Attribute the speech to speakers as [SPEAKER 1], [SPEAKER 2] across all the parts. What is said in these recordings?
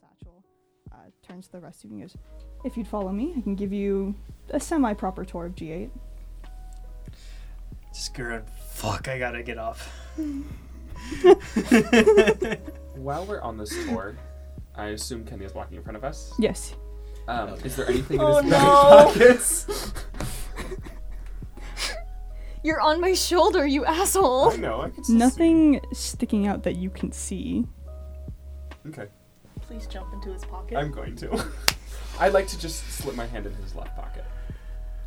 [SPEAKER 1] satchel uh, turns to the rest of you and goes, If you'd follow me, I can give you a semi proper tour of G8.
[SPEAKER 2] Screw it. Fuck, I gotta get off.
[SPEAKER 3] While we're on this tour, I assume Kenny is walking in front of us.
[SPEAKER 1] Yes.
[SPEAKER 3] Um, Is there anything
[SPEAKER 1] Oh,
[SPEAKER 3] in his
[SPEAKER 1] no.
[SPEAKER 3] pockets?
[SPEAKER 4] You're on my shoulder, you asshole.
[SPEAKER 3] I know. I can still see.
[SPEAKER 1] Nothing sticking out that you can see.
[SPEAKER 3] Okay,
[SPEAKER 5] Please jump into his pocket.
[SPEAKER 3] I'm going to. I'd like to just slip my hand in his left pocket,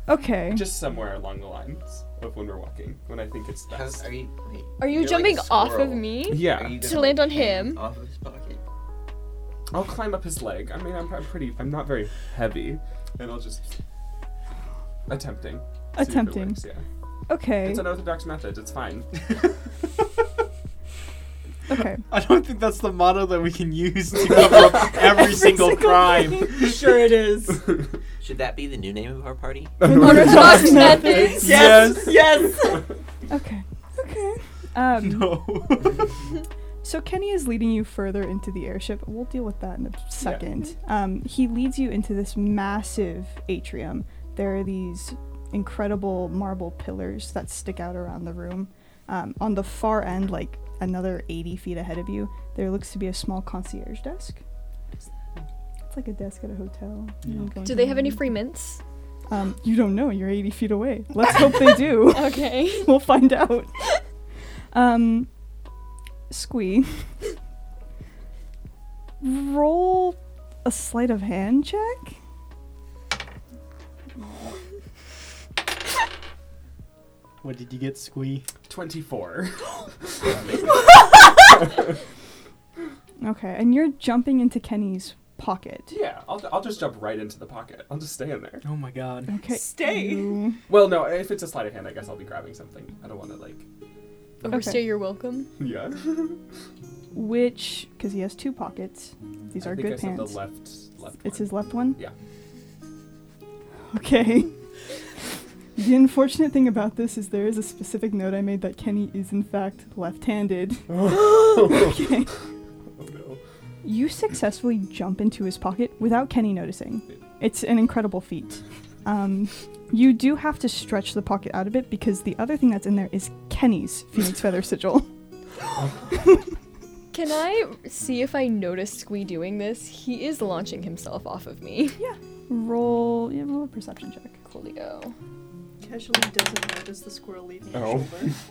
[SPEAKER 1] Okay.
[SPEAKER 3] just somewhere along the lines of when we're walking, when I think it's
[SPEAKER 6] How,
[SPEAKER 3] best.
[SPEAKER 6] are you, wait,
[SPEAKER 4] Are you
[SPEAKER 6] you're like a
[SPEAKER 4] jumping off of
[SPEAKER 6] squirrel.
[SPEAKER 4] me?
[SPEAKER 3] Yeah.
[SPEAKER 6] Are you
[SPEAKER 4] To
[SPEAKER 6] gonna,
[SPEAKER 4] land on
[SPEAKER 6] hang
[SPEAKER 4] him.
[SPEAKER 6] Off of his pocket.
[SPEAKER 3] I'll climb up his leg. I mean, I'm, I'm pretty. I'm not very heavy, and I'll just attempting. See if it
[SPEAKER 1] Attempting.
[SPEAKER 3] works, yeah,
[SPEAKER 1] Okay.
[SPEAKER 3] it's an orthodox method. It's fine.
[SPEAKER 1] Okay.
[SPEAKER 2] I don't think that's the motto that we can use to cover up every, single, crime.
[SPEAKER 5] sure it is.
[SPEAKER 6] Should that be the new name of our party?
[SPEAKER 4] Orthodox methods.
[SPEAKER 2] Yes.
[SPEAKER 5] yes.
[SPEAKER 1] Okay. Okay. Um,
[SPEAKER 2] No.
[SPEAKER 1] So Kenny is leading you further into the airship. We'll deal with that in a second. Um, he leads you into this massive atrium. There are these incredible marble pillars that stick out around the room. Um, on the far end, like another 80 feet ahead of you, there looks to be a small concierge desk. It's like a desk at a hotel. you know, going
[SPEAKER 4] Do they
[SPEAKER 1] to-
[SPEAKER 4] have any free mints?
[SPEAKER 1] Um, you don't know. You're 80 feet away. Let's hope they do.
[SPEAKER 4] Okay.
[SPEAKER 1] we'll find out. Um, Squee. Roll a sleight of hand check.
[SPEAKER 2] What did you get, Squee?
[SPEAKER 3] Twenty-four.
[SPEAKER 1] Okay, and you're jumping into Kenny's pocket.
[SPEAKER 3] Yeah, I'll, I'll just jump right into the pocket. I'll just stay in there.
[SPEAKER 2] Oh my god.
[SPEAKER 1] Okay.
[SPEAKER 5] Stay.
[SPEAKER 1] you-
[SPEAKER 3] Well, no, if it's a sleight of hand, I guess I'll be grabbing something. I don't want to like.
[SPEAKER 4] Overstay your welcome.
[SPEAKER 3] Yeah.
[SPEAKER 1] Which, because he has two pockets. These
[SPEAKER 3] I
[SPEAKER 1] are
[SPEAKER 3] think
[SPEAKER 1] good
[SPEAKER 3] I said
[SPEAKER 1] pants.
[SPEAKER 3] the left, left.
[SPEAKER 1] It's
[SPEAKER 3] one.
[SPEAKER 1] his left one?
[SPEAKER 3] Yeah.
[SPEAKER 1] Okay. the unfortunate thing about this is there is a specific note I made that Kenny is, in fact, left handed. okay.
[SPEAKER 3] Oh no.
[SPEAKER 1] You successfully jump into his pocket without Kenny noticing. It's an incredible feat. Um, you do have to stretch the pocket out a bit because the other thing that's in there is Kenny's Phoenix Feather Sigil.
[SPEAKER 4] Can I see if I notice Squee doing this? He is launching himself off of me.
[SPEAKER 1] Roll, yeah, roll a perception check.
[SPEAKER 4] Coolio.
[SPEAKER 5] Casually doesn't notice the squirrel leaving his
[SPEAKER 3] Oh.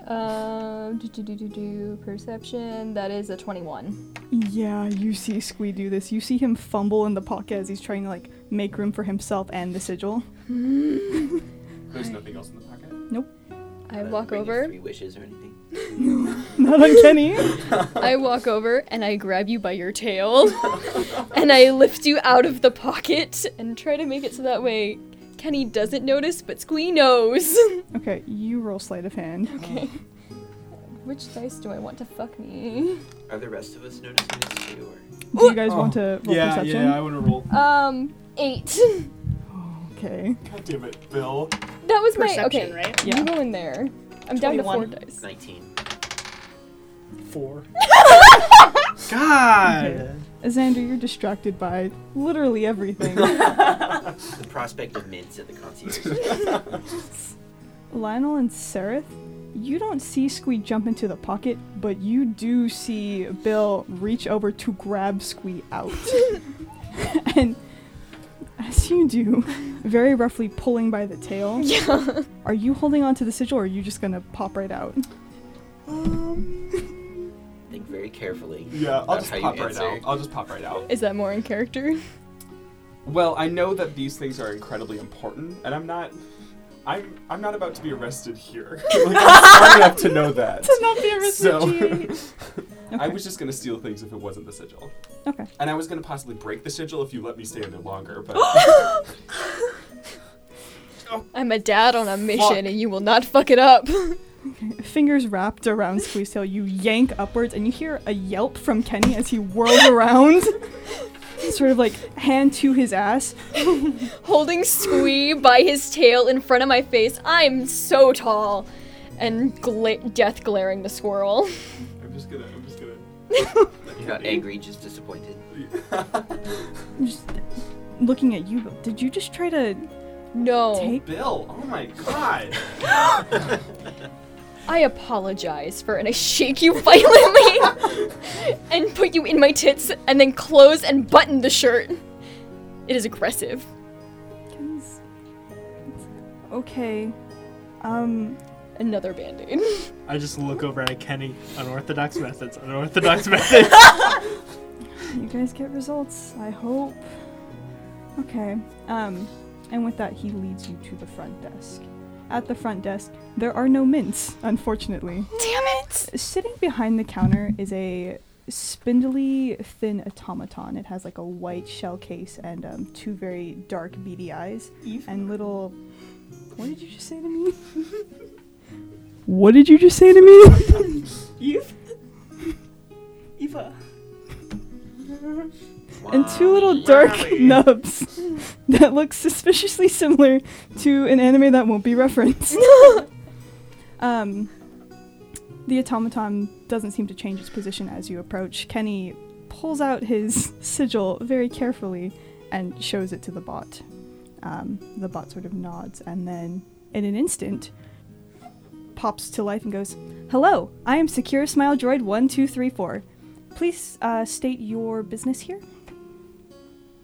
[SPEAKER 5] shoulder.
[SPEAKER 4] Um, do do do do do perception. That is a twenty-one.
[SPEAKER 1] Yeah, you see Squee do this. You see him fumble in the pocket as he's trying to like make room for himself and the sigil.
[SPEAKER 3] There's nothing else in the pocket.
[SPEAKER 4] I
[SPEAKER 6] Uh,
[SPEAKER 4] walk
[SPEAKER 6] ring of
[SPEAKER 4] over.
[SPEAKER 6] Three wishes or anything?
[SPEAKER 1] Not on Kenny.
[SPEAKER 4] I walk over and I grab you by your tail, and I lift you out of the pocket and try to make it so that way Kenny doesn't notice, but Squee knows.
[SPEAKER 1] okay, you roll sleight of hand.
[SPEAKER 4] okay. Which dice do I want to fuck me?
[SPEAKER 6] Are the rest of us noticing this too? Or?
[SPEAKER 1] Do you guys want to roll
[SPEAKER 2] Oh, yeah,
[SPEAKER 1] perception?
[SPEAKER 2] yeah, I want to roll.
[SPEAKER 4] Um, eight.
[SPEAKER 1] Okay.
[SPEAKER 3] God damn it, Bill.
[SPEAKER 4] That was my
[SPEAKER 5] Perception,
[SPEAKER 4] okay.
[SPEAKER 5] right?
[SPEAKER 1] Yeah.
[SPEAKER 4] You go in there. I'm down to four
[SPEAKER 5] 21.
[SPEAKER 4] dice.
[SPEAKER 6] 19.
[SPEAKER 2] Four. God.
[SPEAKER 1] Okay. Xander, you're distracted by literally everything.
[SPEAKER 6] The prospect of mints at the concierge.
[SPEAKER 1] Lionel and Sereth, you don't see Squee jump into the pocket, but you do see Bill reach over to grab Squee out. and as you do, very roughly pulling by the tail. Yeah. Are you holding on to the sigil or are you just gonna pop right out?
[SPEAKER 6] Think very carefully.
[SPEAKER 3] Yeah, I'll just
[SPEAKER 6] That's how you
[SPEAKER 3] pop right out.
[SPEAKER 6] answer.
[SPEAKER 3] I'll just pop right out.
[SPEAKER 4] Is that more in character?
[SPEAKER 3] Well, I know that these things are incredibly important, and I'm not. I'm I'm not about to be arrested here. like, I'm smart enough to know that.
[SPEAKER 1] Not the
[SPEAKER 3] So- I
[SPEAKER 1] Okay.
[SPEAKER 3] was just gonna steal things if it wasn't the sigil,
[SPEAKER 1] Okay.
[SPEAKER 3] and I was gonna possibly break the sigil if you let me stay in there longer. But
[SPEAKER 4] I'm a dad on a mission,
[SPEAKER 3] Fuck.
[SPEAKER 4] and you will not fuck it up.
[SPEAKER 1] Fingers wrapped around Squee's tail, you yank upwards and you hear a yelp from Kenny as he whirls around. sort of like hand to his ass.
[SPEAKER 4] Holding Squee by his tail in front of my face. I'm so tall, and gla- death glaring the squirrel.
[SPEAKER 3] I'm just gonna I'm just gonna
[SPEAKER 6] You're not angry, just disappointed.
[SPEAKER 1] I'm just looking at you. but Did you just try to
[SPEAKER 4] No.
[SPEAKER 1] take?
[SPEAKER 3] Bill, oh my god.
[SPEAKER 4] I apologize for and I shake you violently and put you in my tits and then close and button the shirt. It is aggressive.
[SPEAKER 1] Ken's- Okay. Um.
[SPEAKER 4] Another band-aid.
[SPEAKER 2] I just look over at Kenny. Unorthodox methods. Unorthodox methods.
[SPEAKER 1] You guys get results. I hope. Okay. Um. And with that, he leads you to the front desk. At the front desk, there are no mints, unfortunately.
[SPEAKER 4] Damn it!
[SPEAKER 1] Sitting behind the counter is a spindly, thin automaton. It has like a white shell case and um, two very dark beady eyes and little. What did you just say to me? what did you just say to me?
[SPEAKER 5] Eve? Eva.
[SPEAKER 1] and two little dark nubs that look suspiciously similar to an anime that won't be referenced. um, the automaton doesn't seem to change its position as you approach. Kenny pulls out his sigil very carefully and shows it to the bot. Um, the bot sort of nods and then, in an instant, pops to life and goes, Hello, I am Secure Smile Droid 1234. Please uh, state your business here.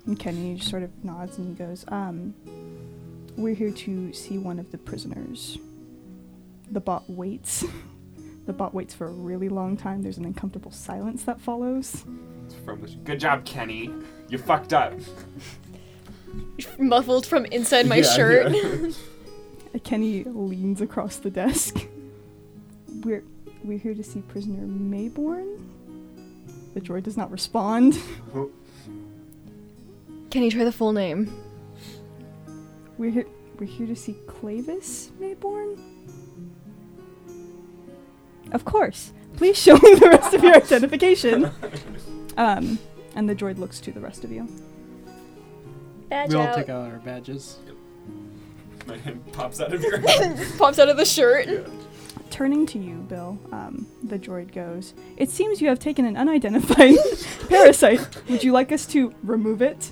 [SPEAKER 1] And Kenny just sort of nods and he goes, um, We're here to see one of the prisoners. The bot waits. the bot waits for a really long time. There's an uncomfortable silence that follows.
[SPEAKER 3] It's from the Good job, Kenny. You fucked up.
[SPEAKER 4] Muffled from inside my
[SPEAKER 3] Yeah,
[SPEAKER 4] shirt.
[SPEAKER 3] yeah.
[SPEAKER 1] Uh, Kenny leans across the desk. We're, we're here to see prisoner Mayborn. The droid does not respond.
[SPEAKER 4] Can you try the full name?
[SPEAKER 1] We're here, we're here to see Clavis Mayborn? Of course. Please show me the rest of your identification. Um, and the droid looks to the rest of you.
[SPEAKER 4] Badge
[SPEAKER 2] we all take out our badges.
[SPEAKER 3] My hand pops out of your
[SPEAKER 4] Pops out of the shirt.
[SPEAKER 1] Turning to you, Bill, um, the droid goes, It seems you have taken an unidentified parasite. Would you like us to remove it?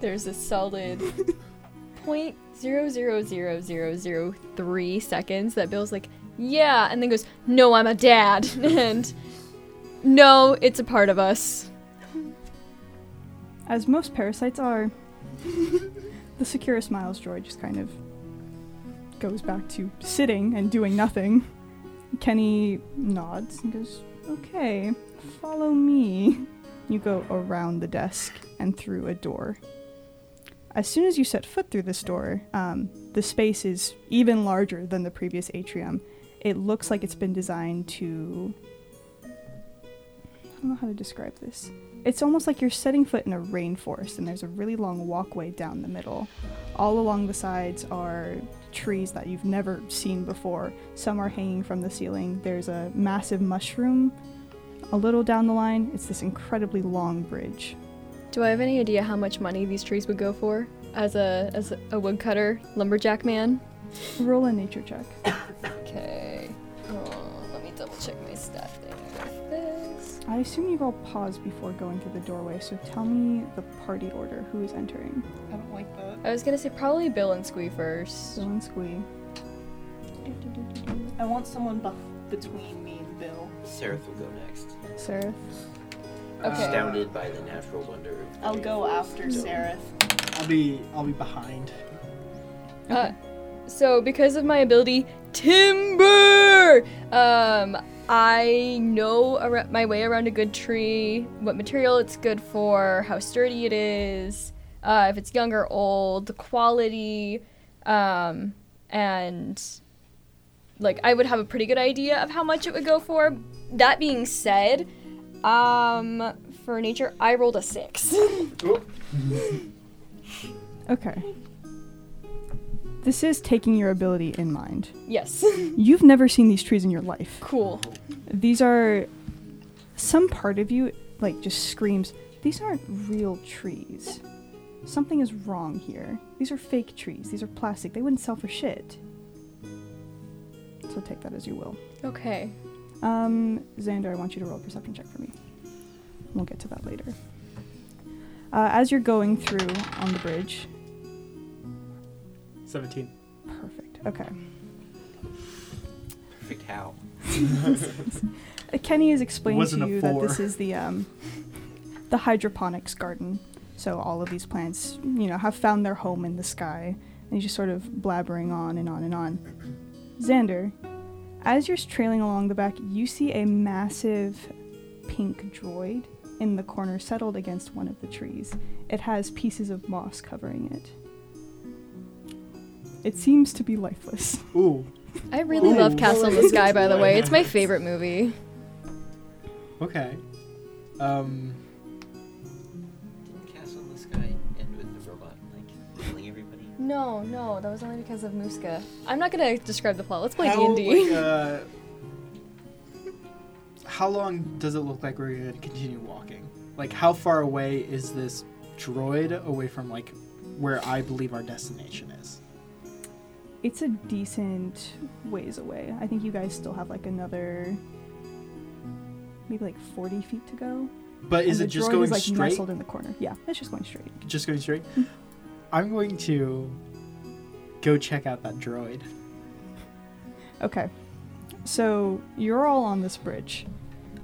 [SPEAKER 4] There's a solid point zero zero zero zero zero three seconds that Bill's like, yeah, and then goes, no, I'm a dad, and no, it's a part of us.
[SPEAKER 1] As most parasites are. the Securus Miles droid just kind of goes back to sitting and doing nothing. Kenny nods and goes, Okay, follow me. You go around the desk and through a door. As soon as you set foot through this door, um, the space is even larger than the previous atrium. It looks like it's been designed to. I don't know how to describe this it's almost like you're setting foot in a rainforest and there's a really long walkway down the middle all along the sides are trees that you've never seen before some are hanging from the ceiling there's a massive mushroom a little down the line it's this incredibly long bridge
[SPEAKER 4] Do I have any idea how much money these trees would go for as a as a woodcutter lumberjack man?
[SPEAKER 1] roll a nature check
[SPEAKER 4] Okay, oh, let me double check my stat thing. with this.
[SPEAKER 1] i assume you've all paused before going through the doorway so tell me the party order who is entering
[SPEAKER 5] I don't like that.
[SPEAKER 4] I was gonna say probably Bill and Squee first.
[SPEAKER 1] bill and squee
[SPEAKER 5] I want someone bef- between me and Bill.
[SPEAKER 6] Seraph will go next.
[SPEAKER 1] sarah
[SPEAKER 4] Okay.
[SPEAKER 6] Astounded by the natural wonder. of the
[SPEAKER 5] I'll go
[SPEAKER 6] rainforest.
[SPEAKER 5] after Seraph.
[SPEAKER 2] I'll be I'll be behind.
[SPEAKER 4] Uh, so because of my ability timber, um, I know ar- my way around a good tree, what material it's good for, how sturdy it is, uh, if it's young or old, the quality, um, and like I would have a pretty good idea of how much it would go for. That being said, um, for nature, I rolled a six.
[SPEAKER 1] okay this is taking your ability in mind
[SPEAKER 4] yes,
[SPEAKER 1] You've never seen these trees in your life.
[SPEAKER 4] cool.
[SPEAKER 1] These are some part of you like just screams, these aren't real trees. Something is wrong here. These are fake trees. These are plastic. They wouldn't sell for shit. So take that as you will.
[SPEAKER 4] Okay.
[SPEAKER 1] Um, Xander, I want you to roll a perception check for me. We'll get to that later. Uh, as you're going through on the bridge,
[SPEAKER 2] 17.
[SPEAKER 1] perfect. Okay.
[SPEAKER 6] Perfect how.
[SPEAKER 1] Uh, Kenny has explained
[SPEAKER 2] Wasn't
[SPEAKER 1] to
[SPEAKER 2] a
[SPEAKER 1] you that
[SPEAKER 2] four.
[SPEAKER 1] this is the um, the hydroponics garden. So all of these plants, you know, have found their home in the sky. And he's just sort of blabbering on and on and on. Xander, as you're trailing along the back, you see a massive pink droid in the corner settled against one of the trees. It has pieces of moss covering it. It seems to be lifeless.
[SPEAKER 2] Ooh.
[SPEAKER 4] I really love
[SPEAKER 2] Ooh.
[SPEAKER 4] Castle in the Sky, by the way. It's my favorite movie.
[SPEAKER 2] Okay. Um.
[SPEAKER 6] Didn't Castle in the Sky end with the robot like killing everybody?
[SPEAKER 4] No, no, that was only because of Muska. I'm not gonna describe the plot. Let's play D
[SPEAKER 2] how,
[SPEAKER 4] and D.
[SPEAKER 2] like, uh, how long does it look like we're going to continue walking? Like, how far away is this droid away from like where I believe our destination is?
[SPEAKER 1] It's a decent ways away. I think you guys still have like another maybe like 40 feet to go.
[SPEAKER 2] But is
[SPEAKER 1] And
[SPEAKER 2] it
[SPEAKER 1] the
[SPEAKER 2] just
[SPEAKER 1] droid
[SPEAKER 2] going
[SPEAKER 1] is, like,
[SPEAKER 2] straight?
[SPEAKER 1] nestled Hmm. in the corner. Yeah, it's just going straight.
[SPEAKER 2] Just going straight. I'm going to go check out that droid.
[SPEAKER 1] Okay. So you're all on this bridge.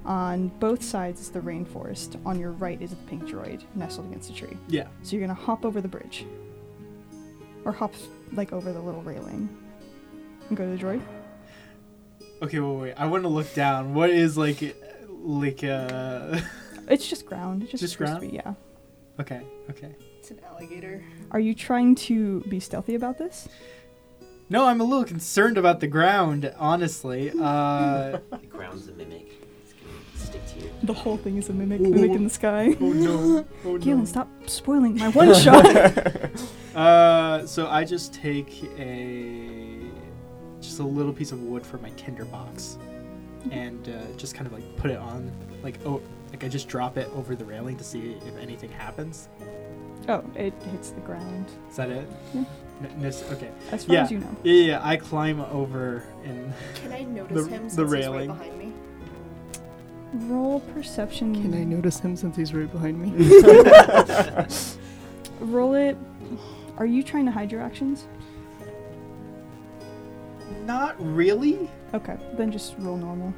[SPEAKER 1] On both sides is the rainforest. On your right is the pink droid nestled against a tree.
[SPEAKER 2] Yeah.
[SPEAKER 1] So you're gonna hop over the bridge. Or hop like over the little railing. And go to the droid.
[SPEAKER 2] Okay. Wait. Wait. I want to look down. What is like, like uh?
[SPEAKER 1] It's just ground. It's just,
[SPEAKER 2] Just
[SPEAKER 1] supposed to
[SPEAKER 2] ground?
[SPEAKER 1] be- yeah.
[SPEAKER 2] okay. Okay.
[SPEAKER 5] It's an alligator.
[SPEAKER 1] Are you trying to be stealthy about this?
[SPEAKER 2] No, I'm a little concerned about the ground, honestly. Uh,
[SPEAKER 6] The ground's a mimic. It's gonna stick to you.
[SPEAKER 1] The whole thing is a mimic,
[SPEAKER 2] Ooh.
[SPEAKER 1] mimic in the sky.
[SPEAKER 2] oh no! Oh no!
[SPEAKER 1] Galen, stop spoiling my one shot.
[SPEAKER 2] Uh, so I just take a just a little piece of wood from my tinderbox, and uh, just kind of like put it on, like oh, like I just drop it over the railing to see if anything happens.
[SPEAKER 1] oh, it hits the ground.
[SPEAKER 2] Is that it?
[SPEAKER 1] Yeah.
[SPEAKER 2] N- n- okay.
[SPEAKER 1] As far
[SPEAKER 2] Yeah.
[SPEAKER 1] as you know.
[SPEAKER 2] Yeah, yeah, yeah. I climb over and
[SPEAKER 5] Can I notice
[SPEAKER 2] The-
[SPEAKER 5] him
[SPEAKER 2] the
[SPEAKER 5] since he's right
[SPEAKER 2] railing.
[SPEAKER 5] behind me?
[SPEAKER 1] Roll perception.
[SPEAKER 7] Can I notice him since he's right behind me?
[SPEAKER 1] Roll it. Are you trying to hide your actions?
[SPEAKER 2] not really.
[SPEAKER 1] Okay, then just roll normal.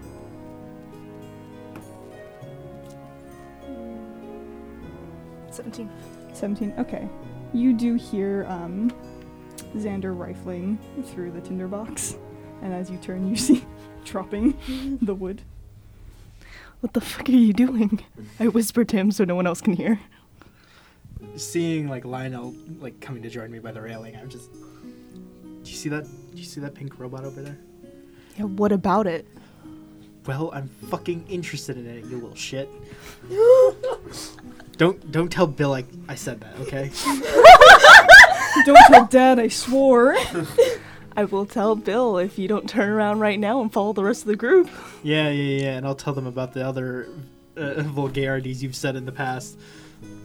[SPEAKER 5] Seventeen.
[SPEAKER 1] 17. Okay. You do hear um, Xander rifling through the tinderbox, and as you turn, you see dropping the wood.
[SPEAKER 7] what the fuck are you doing? I whispered to him so no one else can hear.
[SPEAKER 2] Seeing like Lionel like coming to join me by the railing, I'm just. Do you see that? Do you see that pink robot over there?
[SPEAKER 7] Yeah, what about it?
[SPEAKER 2] Well, I'm fucking interested in it, you little shit. don't don't tell Bill I, I said that, okay?
[SPEAKER 1] Don't tell Dad I swore.
[SPEAKER 7] I will tell Bill if you don't turn around right now and follow the rest of the group.
[SPEAKER 2] yeah, yeah, yeah, and I'll tell them about the other uh, vulgarities you've said in the past.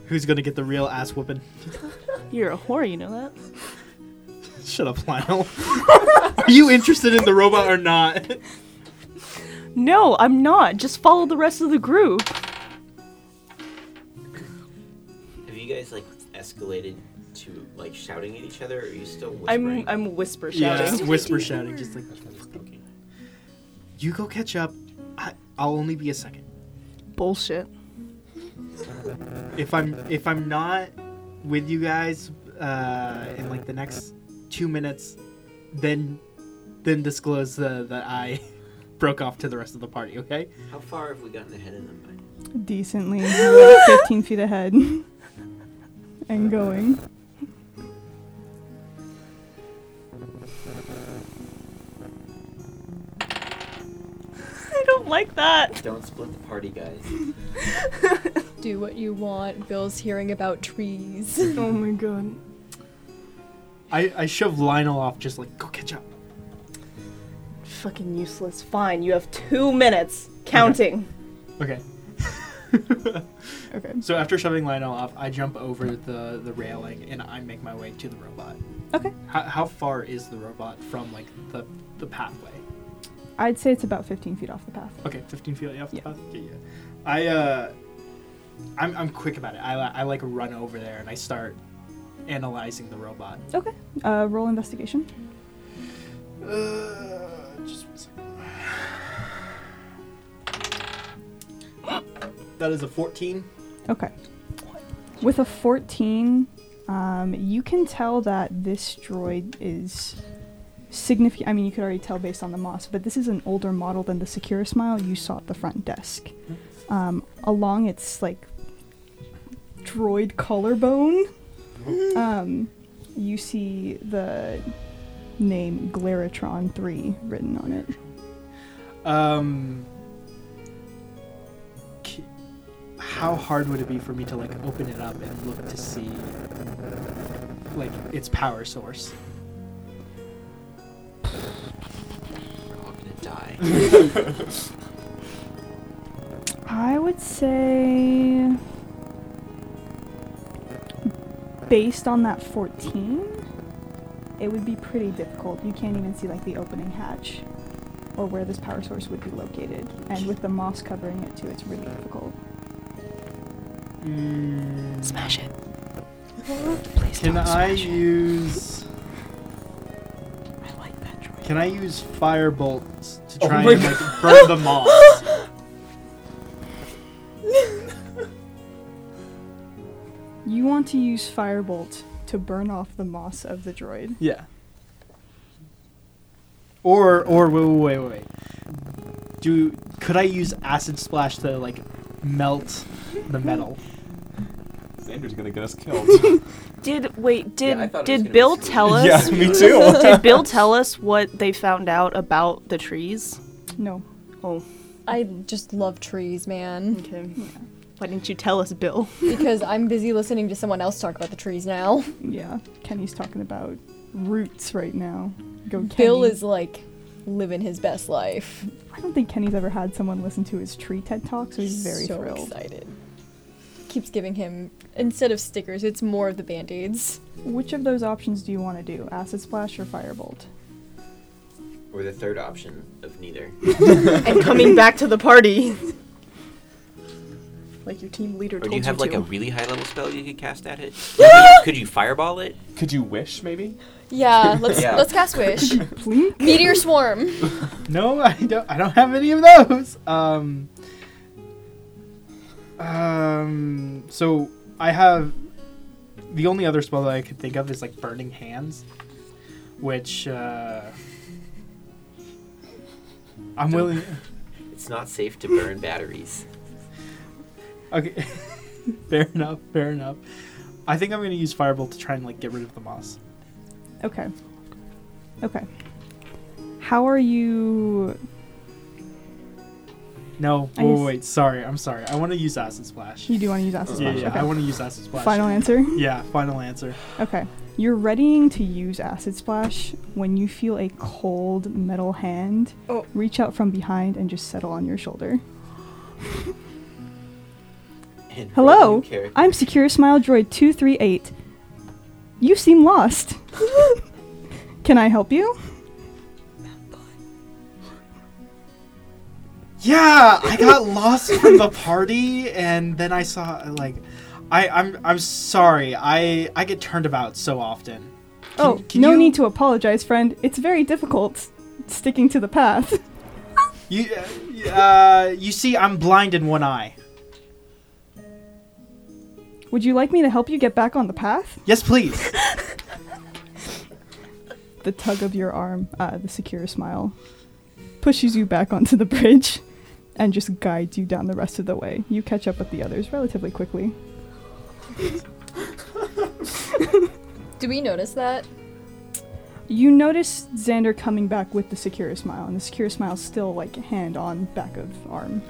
[SPEAKER 2] Who's gonna get the real ass whooping?
[SPEAKER 7] You're a whore, you know that?
[SPEAKER 2] Shut up, Lionel. Are you interested in the robot or not?
[SPEAKER 7] No, I'm not. Just follow the rest of the group.
[SPEAKER 6] Have you guys like escalated to like shouting at each other? Or are you still whispering?
[SPEAKER 7] I'm I'm whisper
[SPEAKER 2] yeah,
[SPEAKER 7] shouting.
[SPEAKER 2] whisper shouting, just like
[SPEAKER 6] Okay.
[SPEAKER 2] you go catch up. I, I'll only be a second.
[SPEAKER 7] Bullshit.
[SPEAKER 2] if I'm if I'm not with you guys uh, in like the next two minutes, then then disclose uh, that I broke off to the rest of the party. Okay.
[SPEAKER 6] How far have we gotten ahead of them? by?
[SPEAKER 1] Decently. You're like 15 feet ahead. and going.
[SPEAKER 7] I don't like that.
[SPEAKER 6] Don't split the party, guys.
[SPEAKER 4] Do what you want. Bill's hearing about trees.
[SPEAKER 7] Oh my god.
[SPEAKER 2] I I shove Lionel off, just like go catch up.
[SPEAKER 7] Fucking useless. Fine, you have two minutes counting.
[SPEAKER 2] Okay.
[SPEAKER 1] Okay.
[SPEAKER 2] So after shoving Lionel off, I jump over the the railing and I make my way to the robot.
[SPEAKER 1] Okay.
[SPEAKER 2] How, how far is the robot from like the the pathway?
[SPEAKER 1] I'd say it's about 15 feet off the path.
[SPEAKER 2] Okay, 15 feet off the
[SPEAKER 1] Yeah.
[SPEAKER 2] path. Yeah, yeah. I uh, I'm, I'm quick about it. I li- I like run over there and I start analyzing the robot.
[SPEAKER 1] Okay. Uh, roll investigation.
[SPEAKER 2] Uh, just one second. That is a 14.
[SPEAKER 1] Okay. With a 14, um, you can tell that this droid is significant. I mean, you could already tell based on the moss, but this is an older model than the Secure Smile you saw at the front desk. Um, along its like droid collarbone, um, you see the name Glaratron 3 written on it.
[SPEAKER 2] Um, c- how hard would it be for me to like open it up and look to see like its power source?
[SPEAKER 6] We're all gonna die.
[SPEAKER 1] I would say based on that 14, it would be pretty difficult. You can't even see like the opening hatch or where this power source would be located. And with the moss covering it too, it's really difficult.
[SPEAKER 5] Smash it.
[SPEAKER 1] Please
[SPEAKER 2] Can
[SPEAKER 1] don't
[SPEAKER 2] I
[SPEAKER 1] smash it.
[SPEAKER 2] use?
[SPEAKER 5] I like that droid.
[SPEAKER 2] Can I use firebolt to
[SPEAKER 3] Oh
[SPEAKER 2] try
[SPEAKER 3] my
[SPEAKER 2] and like, burn the moss?
[SPEAKER 1] You want to use firebolt to burn off the moss of the droid.
[SPEAKER 2] Yeah. Or or wait wait wait wait. Do could I use acid splash to like melt the metal?
[SPEAKER 3] Xander's gonna get us killed.
[SPEAKER 7] Did wait? Did
[SPEAKER 6] I thought it was gonna
[SPEAKER 7] did
[SPEAKER 6] be
[SPEAKER 7] Bill
[SPEAKER 6] sweet.
[SPEAKER 7] tell
[SPEAKER 3] yeah,
[SPEAKER 7] us?
[SPEAKER 3] me too.
[SPEAKER 7] did Bill tell us what they found out about the trees?
[SPEAKER 1] No.
[SPEAKER 7] Oh,
[SPEAKER 4] I just love trees, man.
[SPEAKER 7] okay. Why didn't you tell us, Bill?
[SPEAKER 4] Because I'm busy listening to someone else talk about the trees now.
[SPEAKER 1] Yeah. Kenny's talking about roots right now. Go Kenny.
[SPEAKER 4] Bill is like living his best life.
[SPEAKER 1] I don't think Kenny's ever had someone listen to his tree TED talk, so he's very
[SPEAKER 4] so
[SPEAKER 1] thrilled.
[SPEAKER 4] excited. Keeps giving him instead of stickers, it's more of the band-aids.
[SPEAKER 1] Which of those options do you want to do? Acid splash or firebolt?
[SPEAKER 6] or the third option of neither.
[SPEAKER 7] and coming back to the party. like your team leader
[SPEAKER 6] Or
[SPEAKER 7] told
[SPEAKER 6] do you have like
[SPEAKER 7] to.
[SPEAKER 6] a really high level spell you could cast at it? Could you- could you fireball it?
[SPEAKER 3] Could you wish, maybe?
[SPEAKER 4] Yeah, let's
[SPEAKER 6] Yeah.
[SPEAKER 4] let's cast wish.
[SPEAKER 1] Plink.
[SPEAKER 4] Meteor swarm.
[SPEAKER 2] No, I don't I don't have any of those. Um Um so I have the only other spell that I could think of is like burning hands, which uh I'm willing
[SPEAKER 6] It's not safe to burn batteries.
[SPEAKER 2] Okay. fair enough, fair enough. I think I'm gonna use Firebolt to try and like get rid of the moss.
[SPEAKER 1] Okay. Okay. How are you?
[SPEAKER 2] No,
[SPEAKER 1] I
[SPEAKER 2] wait,
[SPEAKER 1] guess-
[SPEAKER 2] wait, sorry, I'm sorry. I wanna use Acid Splash.
[SPEAKER 1] You do want to use acid
[SPEAKER 2] yeah,
[SPEAKER 1] splash?
[SPEAKER 2] yeah,
[SPEAKER 1] okay.
[SPEAKER 2] I wanna use Acid Splash.
[SPEAKER 1] Final answer.
[SPEAKER 2] Yeah, final answer.
[SPEAKER 1] Okay. You're readying to use acid splash when you feel a cold metal hand
[SPEAKER 5] Oh.
[SPEAKER 1] reach out from behind and just settle on your shoulder.
[SPEAKER 6] And
[SPEAKER 1] Hello,
[SPEAKER 6] what do you care-
[SPEAKER 1] I'm Secure Smile Droid 238. You seem lost. Can I help you?
[SPEAKER 2] Yeah, I got lost from the party and then I saw like I, I'm I'm sorry. I I get turned about so often.
[SPEAKER 1] oh,
[SPEAKER 2] can
[SPEAKER 1] no
[SPEAKER 2] you-
[SPEAKER 1] need to apologize, friend. It's very difficult sticking to the path.
[SPEAKER 2] You uh, you see I'm blind in one eye.
[SPEAKER 1] Would you like me to help you get back on the path?
[SPEAKER 2] Yes, please.
[SPEAKER 1] The tug of your arm, uh, the secure smile, pushes you back onto the bridge and just guides you down the rest of the way. You catch up with the others relatively quickly.
[SPEAKER 4] Do we notice that?
[SPEAKER 1] You notice Xander coming back with the secure smile, and the secure smile's still like hand on back of arm.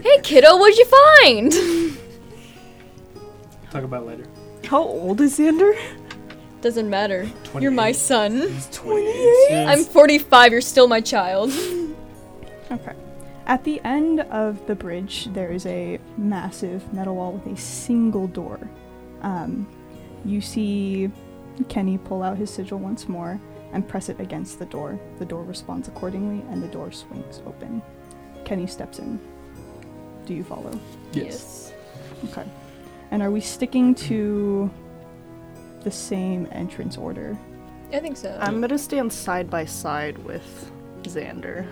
[SPEAKER 4] Hey kiddo, what'd you find?
[SPEAKER 2] Talk about it later.
[SPEAKER 7] How old is Xander?
[SPEAKER 4] Doesn't matter. You're my
[SPEAKER 2] 28.
[SPEAKER 4] son.
[SPEAKER 2] Yeah.
[SPEAKER 4] I'm 45, you're still my child.
[SPEAKER 1] Okay. At the end of the bridge, there is a massive metal wall with a single door. Um, you see Kenny pull out his sigil once more, and press it against the door. The door responds accordingly, and the door swings open. Kenny steps in. Do you follow? Okay. And are we sticking to the same entrance order?
[SPEAKER 4] I think so.
[SPEAKER 7] I'm gonna stand side by side with Xander.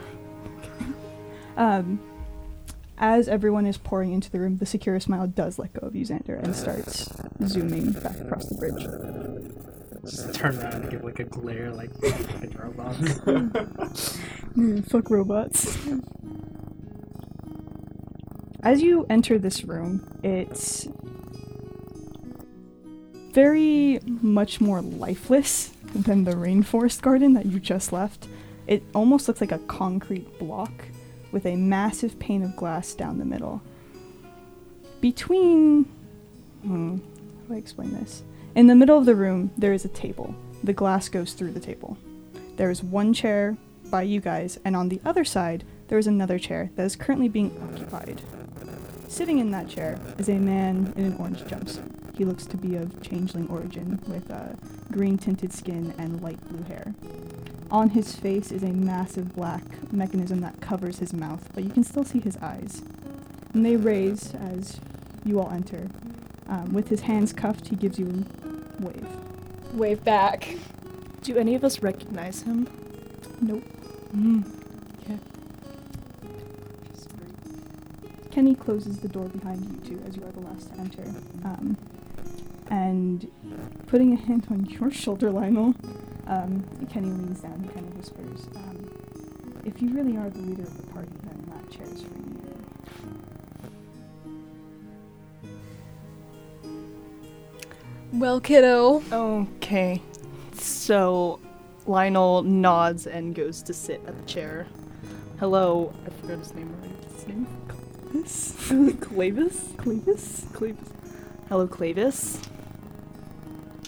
[SPEAKER 1] Um, as everyone is pouring into the room, the Secure Smile does let go of you, Xander, and starts zooming back across the bridge.
[SPEAKER 2] Just turn around and give like a glare, like a robot.
[SPEAKER 1] Mm, fuck robots. As you enter this room, it's very much more lifeless than the rainforest garden that you just left. It almost looks like a concrete block with a massive pane of glass down the middle. Between. Hmm, how do I explain this? In the middle of the room, there is a table. The glass goes through the table. There is one chair by you guys, and on the other side, there is another chair that is currently being occupied. Sitting in that chair is a man in an orange jumpsuit. He looks to be of changeling origin with uh, green tinted skin and light blue hair. On his face is a massive black mechanism that covers his mouth, but you can still see his eyes. And they raise as you all enter. Um, with his hands cuffed, he gives you a wave.
[SPEAKER 4] wave back.
[SPEAKER 7] Do any of us recognize him?
[SPEAKER 1] Nope. Hmm. Kenny closes the door behind you two as you are the last to enter. Um, and putting a hand on your shoulder, Lionel, um, Kenny leans down and kind of whispers, um, If you really are the leader of the party, then that chair is for you.
[SPEAKER 4] Well, kiddo.
[SPEAKER 7] Okay. So Lionel nods and goes to sit at the chair. Hello. I forgot his name already. What's His name? Clavis? Clavis?
[SPEAKER 1] Clevis,
[SPEAKER 7] Clavis. Hello, Clavis.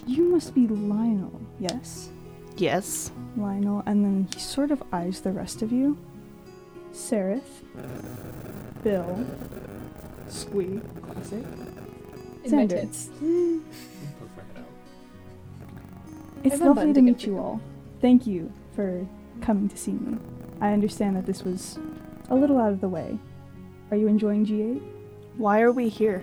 [SPEAKER 1] you must be Lionel, yes?
[SPEAKER 7] Yes.
[SPEAKER 1] Lionel, and then he sort of eyes the rest of you. Sereth, Bill, Squee, classic.
[SPEAKER 4] In my
[SPEAKER 1] Xander.
[SPEAKER 4] tits.
[SPEAKER 1] It's
[SPEAKER 4] I've had
[SPEAKER 1] lovely
[SPEAKER 4] fun
[SPEAKER 1] to
[SPEAKER 4] digging
[SPEAKER 1] meet
[SPEAKER 4] through
[SPEAKER 1] you
[SPEAKER 4] them.
[SPEAKER 1] all. Thank you for coming to see me. I understand that this was a little out of the way. Are you enjoying G8?
[SPEAKER 7] Why are we here?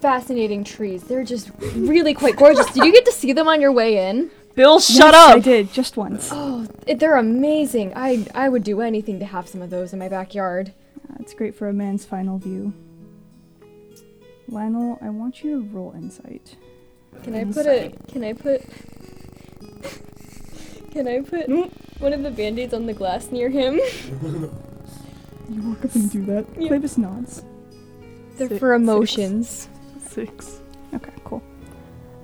[SPEAKER 4] Fascinating trees. They're just really quite gorgeous. Did you get to see them on your way in?
[SPEAKER 7] Bill, shut
[SPEAKER 1] Yes, I
[SPEAKER 7] up!
[SPEAKER 1] did just once. Uh,
[SPEAKER 4] Oh, it- they're amazing. I I would do anything to have some of those in my backyard.
[SPEAKER 1] Uh, it's great for a man's final view. Lionel, I want you to roll insight.
[SPEAKER 4] Can I put a? Can I put? Can I put one of the band-aids on the glass near him?
[SPEAKER 1] You walk up and do that.
[SPEAKER 4] Yeah.
[SPEAKER 1] Clavis nods.
[SPEAKER 4] They're
[SPEAKER 7] Six-
[SPEAKER 4] for emotions.
[SPEAKER 7] Six.
[SPEAKER 1] Okay, cool.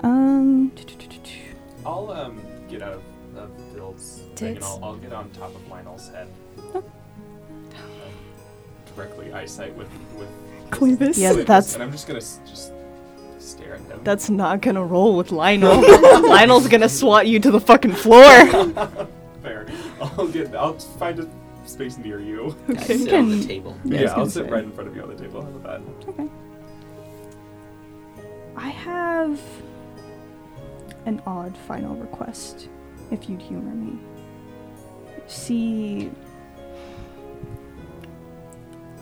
[SPEAKER 1] Um,
[SPEAKER 3] I'll um get out of, of Bill's thing and
[SPEAKER 4] Tits.
[SPEAKER 3] I'll, I'll get on top of Lionel's head. And Directly eyesight with with.
[SPEAKER 1] Clavis.
[SPEAKER 7] Yeah,
[SPEAKER 3] with-
[SPEAKER 7] that's-
[SPEAKER 3] And I'm just gonna s- just stare at him.
[SPEAKER 7] That's not gonna roll with Lionel. Lionel's gonna swat you to the fucking floor.
[SPEAKER 3] fair. I'll get. I'll find a space near you.
[SPEAKER 6] I sit on the table.
[SPEAKER 1] Yeah, I
[SPEAKER 3] Yeah,
[SPEAKER 1] was
[SPEAKER 3] I'll
[SPEAKER 1] gonna
[SPEAKER 3] sit
[SPEAKER 1] say.
[SPEAKER 3] right in front of you on the table. How about
[SPEAKER 1] Okay. I have an odd final request, if you'd humor me. See,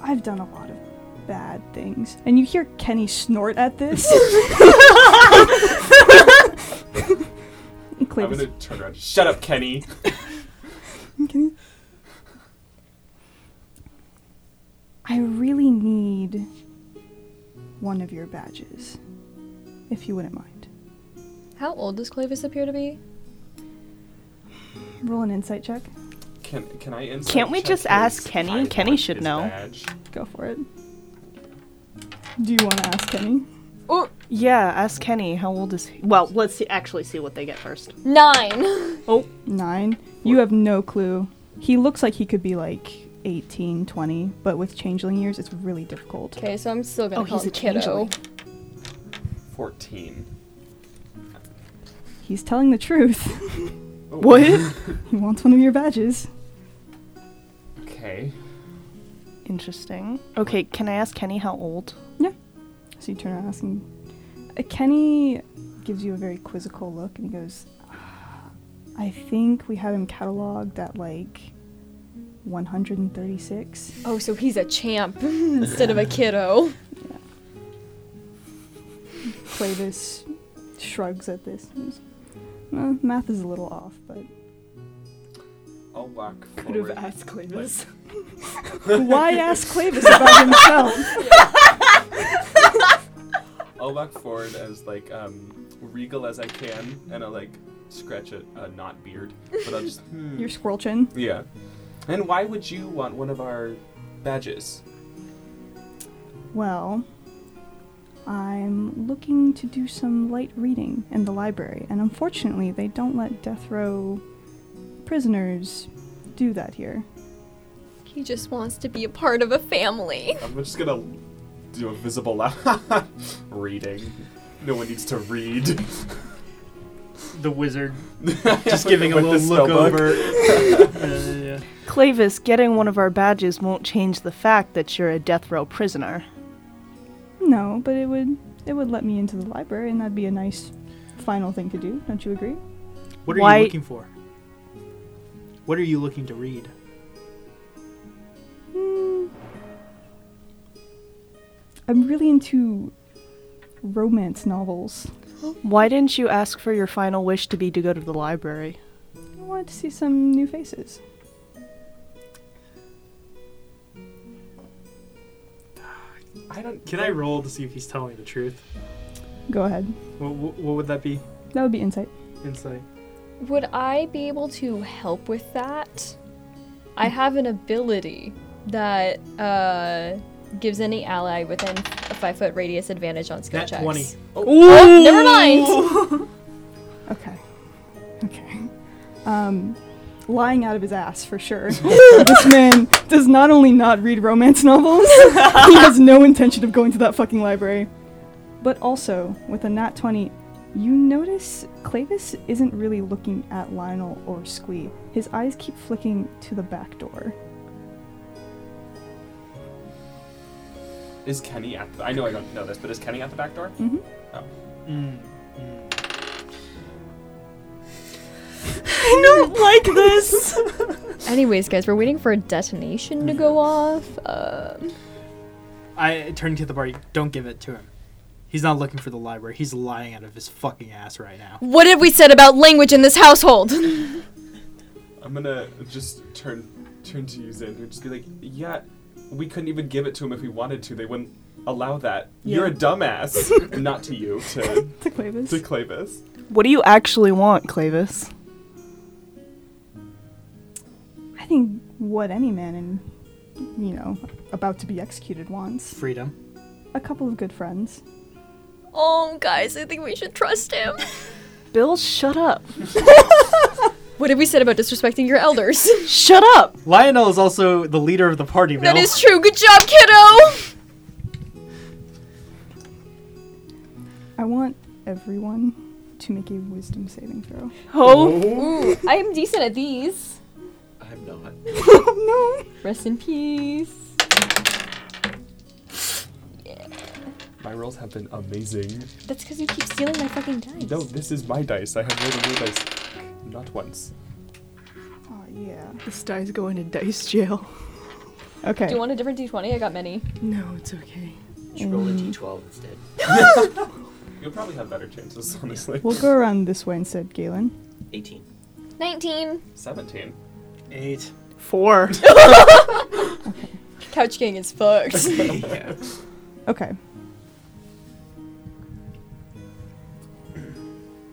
[SPEAKER 1] I've done a lot of bad things, and you hear Kenny snort at this.
[SPEAKER 3] that? I'm
[SPEAKER 1] Clavis,
[SPEAKER 3] gonna turn around. Shut up, Kenny.
[SPEAKER 1] I really need one of your badges, if you wouldn't mind.
[SPEAKER 4] How old does Clavis appear to be?
[SPEAKER 1] Roll an insight check.
[SPEAKER 3] Can can I insight
[SPEAKER 7] Can't we
[SPEAKER 3] check
[SPEAKER 7] just
[SPEAKER 3] his-
[SPEAKER 7] ask Kenny?
[SPEAKER 3] I
[SPEAKER 7] Kenny
[SPEAKER 3] want
[SPEAKER 7] should
[SPEAKER 3] his
[SPEAKER 7] know.
[SPEAKER 3] badge.
[SPEAKER 1] Go for it. Do you want to ask Kenny?
[SPEAKER 7] Oh, yeah, ask Kenny. How old is he? Well, let's see, actually see what they get first.
[SPEAKER 4] Nine.
[SPEAKER 1] Nine. You have no clue. He looks like he could be like 18, 20, but with changeling years, it's really difficult.
[SPEAKER 4] Okay, so I'm still gonna
[SPEAKER 7] Oh,
[SPEAKER 4] call
[SPEAKER 7] he's
[SPEAKER 4] him
[SPEAKER 7] a
[SPEAKER 4] kiddo.
[SPEAKER 7] changeling.
[SPEAKER 3] Fourteen.
[SPEAKER 1] He's telling the truth.
[SPEAKER 7] What?
[SPEAKER 1] he wants one of your badges.
[SPEAKER 3] Okay.
[SPEAKER 7] Interesting. Okay, can I ask Kenny how old?
[SPEAKER 1] So you turn around asking. Uh, Kenny gives you a very quizzical look and he goes, "Ah, I think we have him cataloged at like 136.
[SPEAKER 4] Oh, so he's a champ instead of a kiddo.
[SPEAKER 1] Clavis shrugs at this. He's, "Uh, math is a little off, but
[SPEAKER 3] I'll walk
[SPEAKER 7] Could have
[SPEAKER 3] forward.
[SPEAKER 7] asked Clavis.
[SPEAKER 1] why ask Clavis about himself?
[SPEAKER 3] I'll walk forward as like um, regal as I can, and I'll like scratch a, a not beard, but I'll just hmm.
[SPEAKER 1] Your squirrel chin.
[SPEAKER 3] yeah. And why would you want one of our badges?
[SPEAKER 1] Well, I'm looking to do some light reading in the library, and unfortunately, they don't let death row prisoners do that here.
[SPEAKER 4] He just wants to be a part of a family.
[SPEAKER 3] I'm just gonna do a visible laugh. Reading. No one needs to read.
[SPEAKER 2] The wizard
[SPEAKER 3] just
[SPEAKER 2] just giving a little look over. Uh, yeah.
[SPEAKER 7] Clavis, getting one of our badges won't change the fact that you're a death row prisoner.
[SPEAKER 1] No, but it would it would let me into the library, and that'd be a nice final thing to do. Don't you agree?
[SPEAKER 2] What are
[SPEAKER 7] Why-
[SPEAKER 2] you looking for? What are you looking to read?
[SPEAKER 1] Hmm. I'm really into romance novels.
[SPEAKER 7] Why didn't you ask for your final wish to be to go to the library?
[SPEAKER 1] I wanted to see some new faces.
[SPEAKER 3] I don't.
[SPEAKER 2] Can I roll to see if he's telling the truth?
[SPEAKER 1] Go ahead.
[SPEAKER 2] What, what, what would that be?
[SPEAKER 1] That would be insight.
[SPEAKER 2] Insight.
[SPEAKER 4] Would I be able to help with that? I have an ability that uh, gives any ally within a five foot radius advantage on skill
[SPEAKER 2] Nat
[SPEAKER 4] checks.
[SPEAKER 2] 20.
[SPEAKER 4] Oh, never mind.
[SPEAKER 1] Okay. Okay. Um, lying out of his ass for sure. this man does not only not read romance novels, he has no intention of going to that fucking library. But also, with a nat 20, you notice Clavis isn't really looking at Lionel or Squee. His eyes keep flicking to the back door.
[SPEAKER 3] Is Kenny at? The, I know I don't know this, but is Kenny at the back door?
[SPEAKER 1] hmm
[SPEAKER 2] Mm, mm.
[SPEAKER 7] I don't like this!
[SPEAKER 4] Anyways, guys, we're waiting for a detonation to go off. Um,
[SPEAKER 2] I turn to the party. Don't give it to him. He's not looking for the library. He's lying out of his fucking ass right now.
[SPEAKER 4] what have we said about language in this household?
[SPEAKER 3] I'm gonna just turn turn to you, Xander, and just be like, yeah, we couldn't even give it to him if we wanted to. They wouldn't allow that. You're a dumbass. Not to you, to
[SPEAKER 1] To Clavis.
[SPEAKER 3] to Clavis.
[SPEAKER 7] What do you actually want, Clavis?
[SPEAKER 1] I think what any man in, you know, about to be executed wants.
[SPEAKER 2] Freedom.
[SPEAKER 1] A couple of good friends.
[SPEAKER 4] oh, guys, I think we should trust him.
[SPEAKER 7] Bill, shut up.
[SPEAKER 4] What have we said about disrespecting your elders?
[SPEAKER 7] Shut up!
[SPEAKER 2] Lionel is also the leader of the party now.
[SPEAKER 4] That is true. Good job, kiddo.
[SPEAKER 1] I want everyone to make a wisdom saving throw.
[SPEAKER 7] Ho!
[SPEAKER 4] Ooh, I'm decent at these.
[SPEAKER 6] I'm not.
[SPEAKER 4] Rest in peace.
[SPEAKER 3] My rolls have been amazing.
[SPEAKER 4] That's because you keep stealing my fucking dice.
[SPEAKER 3] No, this is my dice. I have rolled a new dice. Not once.
[SPEAKER 1] Oh yeah.
[SPEAKER 7] This guy's going to dice jail.
[SPEAKER 1] Okay.
[SPEAKER 4] Do you want a different D20? I got many.
[SPEAKER 7] No, it's okay.
[SPEAKER 6] You should
[SPEAKER 7] Mm.
[SPEAKER 6] roll a d12 instead.
[SPEAKER 3] You'll probably have better chances, honestly.
[SPEAKER 1] we'll go around this way instead, Galen.
[SPEAKER 6] 18.
[SPEAKER 4] 19.
[SPEAKER 3] 17.
[SPEAKER 2] Eight.
[SPEAKER 7] Four.
[SPEAKER 4] Couch King is fucked.
[SPEAKER 1] Okay.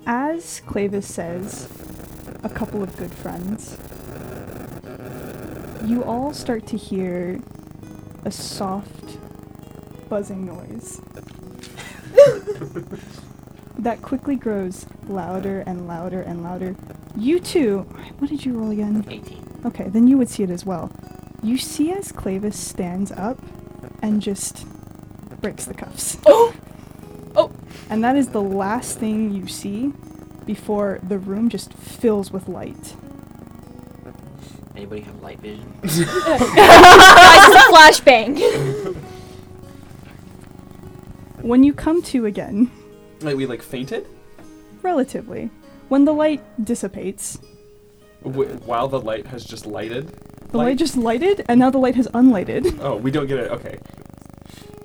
[SPEAKER 1] As Clavis says, a couple of good friends, you all start to hear a soft buzzing noise that quickly grows louder and louder and louder. You too. What did you roll again?
[SPEAKER 6] 18.
[SPEAKER 1] Okay, then you would see it as well. You see as Clavis stands up and just breaks the cuffs.
[SPEAKER 4] oh! Oh!
[SPEAKER 1] And that is the last thing you see before the room just fills with light.
[SPEAKER 6] Anybody have light vision?
[SPEAKER 4] Guys, it's a flashbang.
[SPEAKER 1] When you come to again,
[SPEAKER 3] Like we like fainted?
[SPEAKER 1] relatively, When the light dissipates,
[SPEAKER 3] W- while the light has just lighted.
[SPEAKER 1] the light just lighted, and now the light has unlighted.
[SPEAKER 3] Oh, we don't get it. Okay.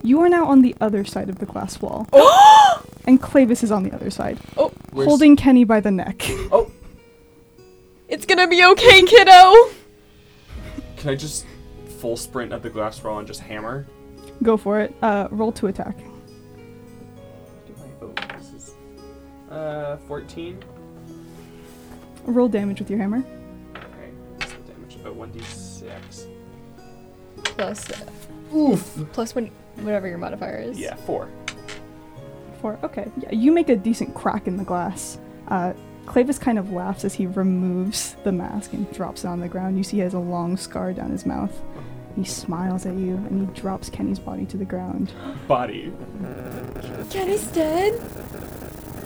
[SPEAKER 1] You are now on the other side of the glass wall.
[SPEAKER 4] Oh!
[SPEAKER 1] and Clavis is on the other side,
[SPEAKER 3] Where's-
[SPEAKER 1] holding Kenny by the neck.
[SPEAKER 3] Oh,
[SPEAKER 4] It's gonna be okay, kiddo.
[SPEAKER 3] can I just full sprint at the glass roll and just hammer?
[SPEAKER 1] Go for it. Uh, roll to attack.
[SPEAKER 3] Do I- Oh, this is. Uh, 14.
[SPEAKER 1] Roll damage with your hammer.
[SPEAKER 3] Okay. That's the damage. Oh, About 1d6.
[SPEAKER 4] Plus,
[SPEAKER 3] Oof.
[SPEAKER 4] plus one, whatever your modifier is.
[SPEAKER 3] Yeah, 4.
[SPEAKER 1] Four. Okay. Yeah, you make a decent crack in the glass. Uh, Clavis kind of laughs as he removes the mask and drops it on the ground. You see he has a long scar down his mouth. He smiles at you and he drops Kenny's body to the ground.
[SPEAKER 3] Body.
[SPEAKER 4] Kenny's dead.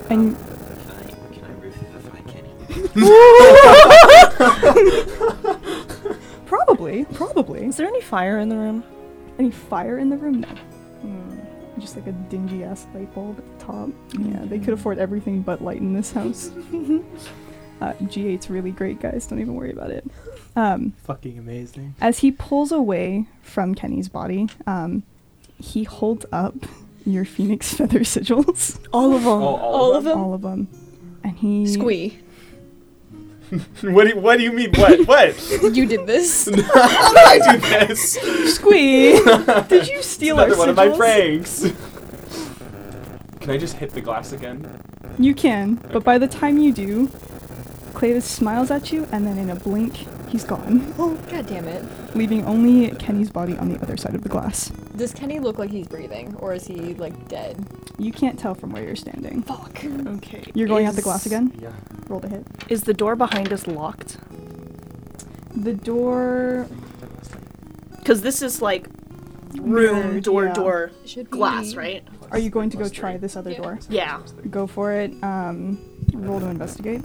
[SPEAKER 1] And
[SPEAKER 6] Can I, can I revivify Kenny?
[SPEAKER 1] probably, probably.
[SPEAKER 5] Is there any fire in the room?
[SPEAKER 1] Any fire in the room? No. Hmm. Just like a dingy ass light bulb at the top. Yeah, they could afford everything but light in this house. uh, G8's really great, guys. Don't even worry about it. Um,
[SPEAKER 2] Fucking amazing.
[SPEAKER 1] As he pulls away from Kenny's body, um, he holds up your phoenix feather sigils,
[SPEAKER 5] All of them.
[SPEAKER 3] Oh, all,
[SPEAKER 4] All
[SPEAKER 3] of
[SPEAKER 4] of them.
[SPEAKER 1] all of them, and he
[SPEAKER 4] Squee,
[SPEAKER 3] them? What do you, what do you mean? What? What?
[SPEAKER 4] you did this.
[SPEAKER 3] I do this.
[SPEAKER 1] Squee! Did you steal our
[SPEAKER 3] Another
[SPEAKER 1] sigils?
[SPEAKER 3] one of my pranks. Can I just hit the glass again?
[SPEAKER 1] You can, but by the time you do, Clavis smiles at you, and then in a blink, he's gone,
[SPEAKER 4] oh, god damn it.
[SPEAKER 1] leaving only Kenny's body on the other side of the glass.
[SPEAKER 4] Does Kenny look like he's breathing, or is he like dead?
[SPEAKER 1] You can't tell from where you're standing.
[SPEAKER 4] Fuck.
[SPEAKER 5] Okay.
[SPEAKER 1] You're going
[SPEAKER 5] is,
[SPEAKER 1] at the glass again.
[SPEAKER 3] Yeah.
[SPEAKER 1] Roll to hit.
[SPEAKER 5] Is the door behind us locked?
[SPEAKER 1] The door
[SPEAKER 5] Because this is like room,
[SPEAKER 1] Mirrored,
[SPEAKER 5] door,
[SPEAKER 1] yeah.
[SPEAKER 5] door,
[SPEAKER 4] Should
[SPEAKER 5] glass, right?
[SPEAKER 1] Are you going to go
[SPEAKER 3] Plus
[SPEAKER 1] try
[SPEAKER 3] three.
[SPEAKER 1] this other
[SPEAKER 4] Yeah.
[SPEAKER 1] door?
[SPEAKER 5] Yeah.
[SPEAKER 1] Go for it. Um, roll to investigate.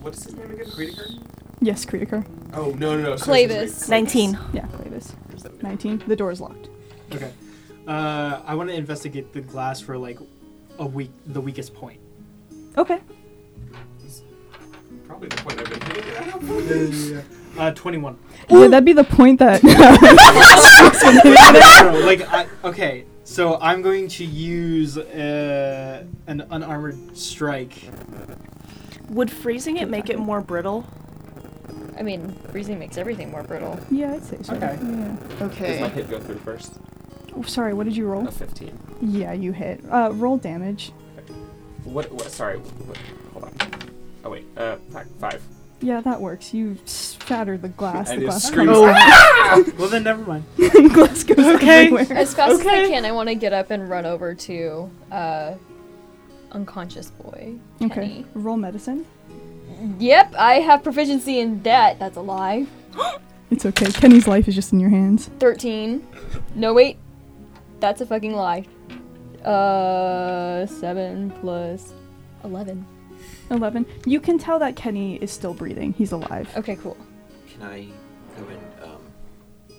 [SPEAKER 3] What is his name again? Creediger?
[SPEAKER 1] Yes, Kritikar.
[SPEAKER 3] Oh, no, no, no. sorry, sorry,
[SPEAKER 4] Clavis.
[SPEAKER 3] sorry.
[SPEAKER 5] Nineteen.
[SPEAKER 1] Yeah, Clavis.
[SPEAKER 3] Where's that?
[SPEAKER 1] 19. The door is locked.
[SPEAKER 2] Okay. Uh, I want to investigate the glass for like a week, the weakest point.
[SPEAKER 1] Okay.
[SPEAKER 3] Probably the point I've been hitting it at.
[SPEAKER 2] Uh, twenty-one.
[SPEAKER 1] Would that be the point that.
[SPEAKER 2] No, no, no, like, I, okay, so I'm going to use uh, an unarmored strike.
[SPEAKER 5] Would freezing it make it more brittle?
[SPEAKER 4] I mean, freezing makes everything more brittle.
[SPEAKER 1] yeah, I'd say so.
[SPEAKER 2] Okay.
[SPEAKER 1] Yeah.
[SPEAKER 3] Does my
[SPEAKER 4] Okay.
[SPEAKER 3] hit go through first?
[SPEAKER 1] Oh, sorry, what did you roll?
[SPEAKER 3] A 15.
[SPEAKER 1] Yeah, you hit. Uh, roll damage.
[SPEAKER 3] What, what? Sorry. What, hold on. Oh, wait. Uh, fuck, five.
[SPEAKER 1] Yeah, that works. You shattered the glass.
[SPEAKER 3] I
[SPEAKER 1] the glass,
[SPEAKER 3] just scream.
[SPEAKER 1] comes-
[SPEAKER 2] Well, then never mind.
[SPEAKER 1] glass goes
[SPEAKER 5] Okay.
[SPEAKER 1] everywhere.
[SPEAKER 4] As fast as
[SPEAKER 5] Okay.
[SPEAKER 4] I can, I want to get up and run over to uh, unconscious boy.
[SPEAKER 1] Okay.
[SPEAKER 4] Kenny.
[SPEAKER 1] Roll medicine.
[SPEAKER 4] Yep, I have proficiency in that. That's a lie.
[SPEAKER 1] It's okay. Kenny's life is just in your hands.
[SPEAKER 4] 13. No, wait. That's a fucking lie. Uh, 7 plus 11.
[SPEAKER 1] 11. You can tell that Kenny is still breathing. He's alive.
[SPEAKER 4] Okay, cool.
[SPEAKER 6] Can I go and um,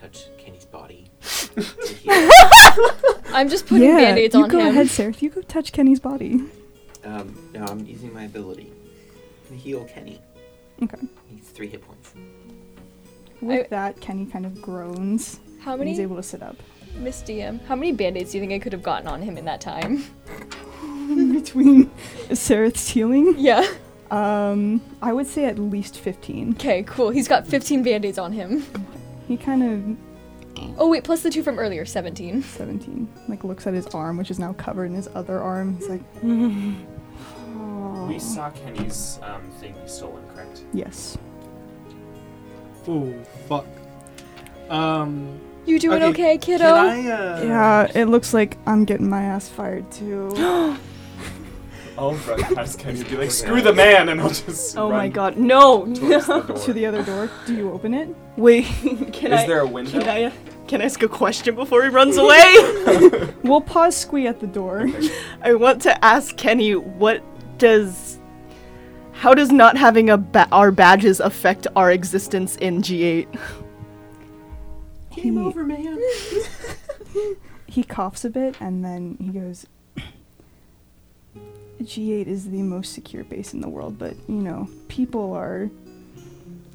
[SPEAKER 6] touch Kenny's body?
[SPEAKER 4] I'm just putting
[SPEAKER 1] yeah,
[SPEAKER 4] band-aids
[SPEAKER 1] you
[SPEAKER 4] on
[SPEAKER 1] go
[SPEAKER 4] him.
[SPEAKER 1] ahead, Seraph. You go touch Kenny's body.
[SPEAKER 6] um, no, I'm using my ability to heal Kenny.
[SPEAKER 1] Okay.
[SPEAKER 6] He's three hit points.
[SPEAKER 1] With that, Kenny kind of groans.
[SPEAKER 4] How
[SPEAKER 1] And he's
[SPEAKER 4] many,
[SPEAKER 1] able to sit up.
[SPEAKER 4] Miss DM, how many band-aids do you think I could have gotten on him in that time?
[SPEAKER 1] Between Sereth's healing,
[SPEAKER 4] yeah.
[SPEAKER 1] um, I would say at least 15.
[SPEAKER 4] Okay, cool. He's got 15 band-aids on him.
[SPEAKER 1] He kind
[SPEAKER 4] Oh, wait, plus the two from earlier, 17.
[SPEAKER 1] of 17. Like looks at his arm, which is now covered in his other arm. He's like,
[SPEAKER 3] We saw Kenny's um, thing be stolen, correct?
[SPEAKER 1] yes.
[SPEAKER 2] Oh, fuck. Um,
[SPEAKER 4] You doing
[SPEAKER 2] Okay,
[SPEAKER 4] okay,
[SPEAKER 2] can
[SPEAKER 4] kiddo?
[SPEAKER 2] I, uh...
[SPEAKER 1] Yeah, it looks like I'm getting my ass fired too.
[SPEAKER 3] I'll run past Kenny and Oh, be like, screw the man, and I'll just.
[SPEAKER 5] Oh
[SPEAKER 3] run
[SPEAKER 5] my god. No.
[SPEAKER 3] towards the door.
[SPEAKER 1] to the other door. Do you open it?
[SPEAKER 5] Wait. Can
[SPEAKER 3] Is
[SPEAKER 5] I?
[SPEAKER 3] there a window?
[SPEAKER 5] Can I? Can I ask a question before he runs away?
[SPEAKER 1] We'll pause Squee at the door.
[SPEAKER 5] I want to ask Kenny what does. How does not having a ba- our badges affect our existence in G8?
[SPEAKER 1] Game over, man. he coughs a bit and then he goes, G8 is the most secure base in the world, but you know, people are.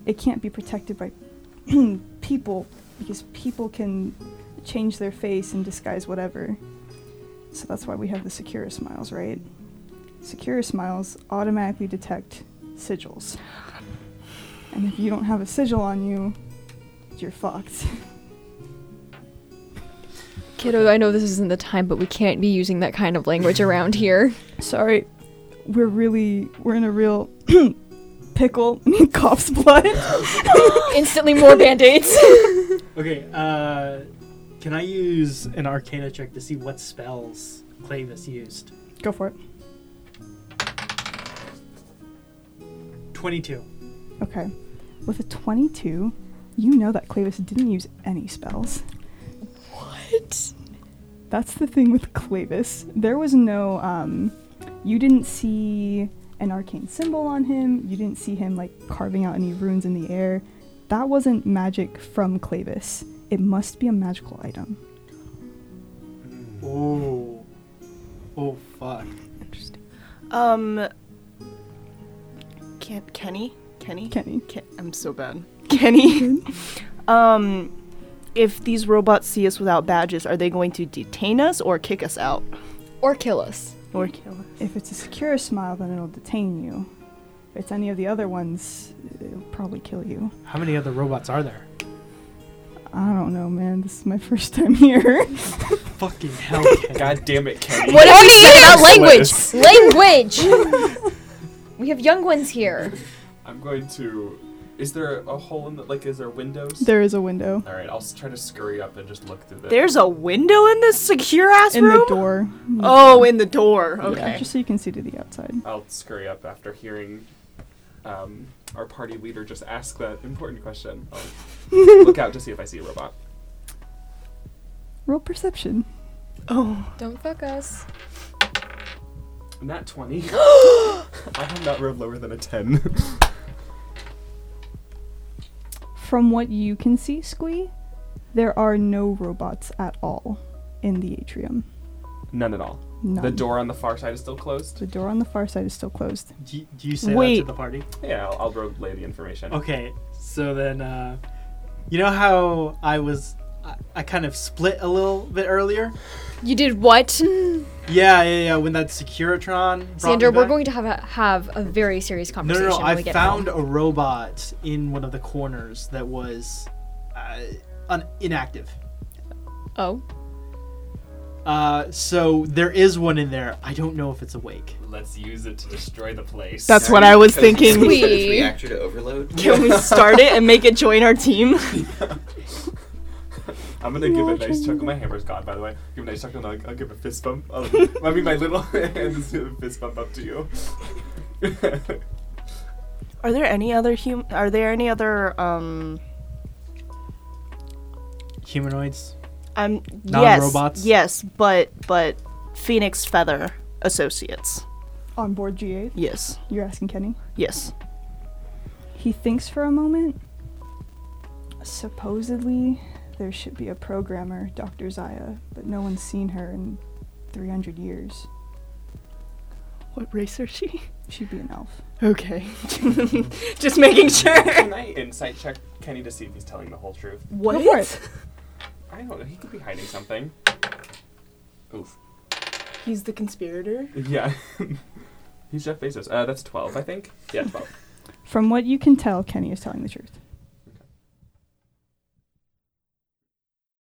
[SPEAKER 1] It can't be protected by people because people can change their face and disguise whatever. So that's why we have the secure smiles, right? Secure smiles automatically detect sigils. And if you don't have a sigil on you, you're fucked.
[SPEAKER 4] Kiddo, I know this isn't the time, but we can't be using that kind of language around here.
[SPEAKER 1] Sorry, we're really we're in a real pickle. And he coughs blood.
[SPEAKER 4] Instantly more band-aids.
[SPEAKER 2] Okay, uh, can I use an arcana check to see what spells Clavis used?
[SPEAKER 1] Go for it.
[SPEAKER 2] 22.
[SPEAKER 1] Okay. With a 22, you know that Clavis didn't use any spells.
[SPEAKER 4] what?
[SPEAKER 1] That's the thing with Clavis. There was no, um, you didn't see an arcane symbol on him. You didn't see him, like, carving out any runes in the air. That wasn't magic from Clavis. It must be a magical item.
[SPEAKER 2] Oh. Oh, fuck.
[SPEAKER 5] Um. Can Kenny? Kenny?
[SPEAKER 1] Kenny.
[SPEAKER 5] Ken- I'm so bad. Kenny. um, if these robots see us without badges, are they going to detain us or kick us out
[SPEAKER 4] Or kill us.
[SPEAKER 5] or kill us?
[SPEAKER 1] If it's a secure smile, then it'll detain you. If it's any of the other ones, it'll probably kill you.
[SPEAKER 2] How many other robots are there?
[SPEAKER 1] I don't know, man. This is my first time here.
[SPEAKER 2] Fucking hell, Kenny.
[SPEAKER 3] God damn it, Kenny.
[SPEAKER 4] What are you
[SPEAKER 3] Kenny
[SPEAKER 4] saying about language?
[SPEAKER 3] Swiss.
[SPEAKER 4] Language! we have young ones here.
[SPEAKER 3] I'm going to. Is there a hole in the like? Is there windows?
[SPEAKER 1] there is a window
[SPEAKER 3] All right, I'll s- try to scurry up and just look through the.
[SPEAKER 5] There's a window in this secure ass
[SPEAKER 1] in
[SPEAKER 5] room.
[SPEAKER 1] the door.
[SPEAKER 5] Oh, in the door.
[SPEAKER 1] Yeah,
[SPEAKER 5] Okay.
[SPEAKER 1] just so you can see to the outside.
[SPEAKER 3] I'll scurry up after hearing um, our party leader just ask that important question. I'll look out to see if I see a robot.
[SPEAKER 1] Roll perception.
[SPEAKER 5] Oh,
[SPEAKER 4] Don't fuck us.
[SPEAKER 3] Not 20. I have not rolled lower than a 10.
[SPEAKER 1] From what you can see, Squee, there are no robots at all in the atrium.
[SPEAKER 3] None at all.
[SPEAKER 1] None.
[SPEAKER 3] The door on the far side is still closed.
[SPEAKER 1] The door on the far side is still closed.
[SPEAKER 2] Do, do you say that
[SPEAKER 5] Wait.
[SPEAKER 2] to the party?
[SPEAKER 3] Yeah, I'll, I'll relay the information.
[SPEAKER 2] Okay, so then, uh, you know how I was, I, I kind of split a little bit earlier?
[SPEAKER 4] You did what?
[SPEAKER 2] Yeah, yeah, yeah, when that Securitron. brought me
[SPEAKER 4] Xander, we're
[SPEAKER 2] back.
[SPEAKER 4] going to have a, have a very serious
[SPEAKER 2] No,
[SPEAKER 4] conversation
[SPEAKER 2] no, no.
[SPEAKER 4] when
[SPEAKER 2] I
[SPEAKER 4] we get
[SPEAKER 2] found
[SPEAKER 4] home.
[SPEAKER 2] a robot in one of the corners that was uh, un- inactive.
[SPEAKER 4] Oh.
[SPEAKER 2] Uh, so there is one in there. I don't know if it's awake.
[SPEAKER 3] Let's use it to destroy the place.
[SPEAKER 5] that's what I was
[SPEAKER 6] Because it's
[SPEAKER 5] thinking.
[SPEAKER 6] set its
[SPEAKER 4] Sweet.
[SPEAKER 6] reactor to overload.
[SPEAKER 5] Can we start it and make it join our team?
[SPEAKER 3] I'm gonna give it a nice chuckle. My hammer's gone, by the way. Give it a nice chuckle, and I'll, I'll give a fist bump. I'll, I mean, my little hands do a fist bump up to you.
[SPEAKER 5] Are there any other hum? Are there any other um?
[SPEAKER 2] Humanoids.
[SPEAKER 5] I'm
[SPEAKER 2] Non-robots?
[SPEAKER 5] yes, yes, but but Phoenix Feather Associates.
[SPEAKER 1] On board G8,
[SPEAKER 5] Yes,
[SPEAKER 1] you're asking Kenny.
[SPEAKER 5] yes.
[SPEAKER 1] He thinks for a moment. Supposedly, there should be a programmer, Dr. Zaya, but no one's seen her in 300 years.
[SPEAKER 5] What race are she?
[SPEAKER 1] She'd be an elf.
[SPEAKER 5] Okay, just making sure.
[SPEAKER 3] Can I insight check Kenny to see if he's telling the whole truth?
[SPEAKER 5] What?
[SPEAKER 1] for it.
[SPEAKER 3] I don't know. He could be hiding something. Oof.
[SPEAKER 5] He's the conspirator.
[SPEAKER 3] Yeah. he's Jeff Bezos. Uh, that's 12, I think. Yeah, 12.
[SPEAKER 1] From what you can tell, Kenny is telling the truth.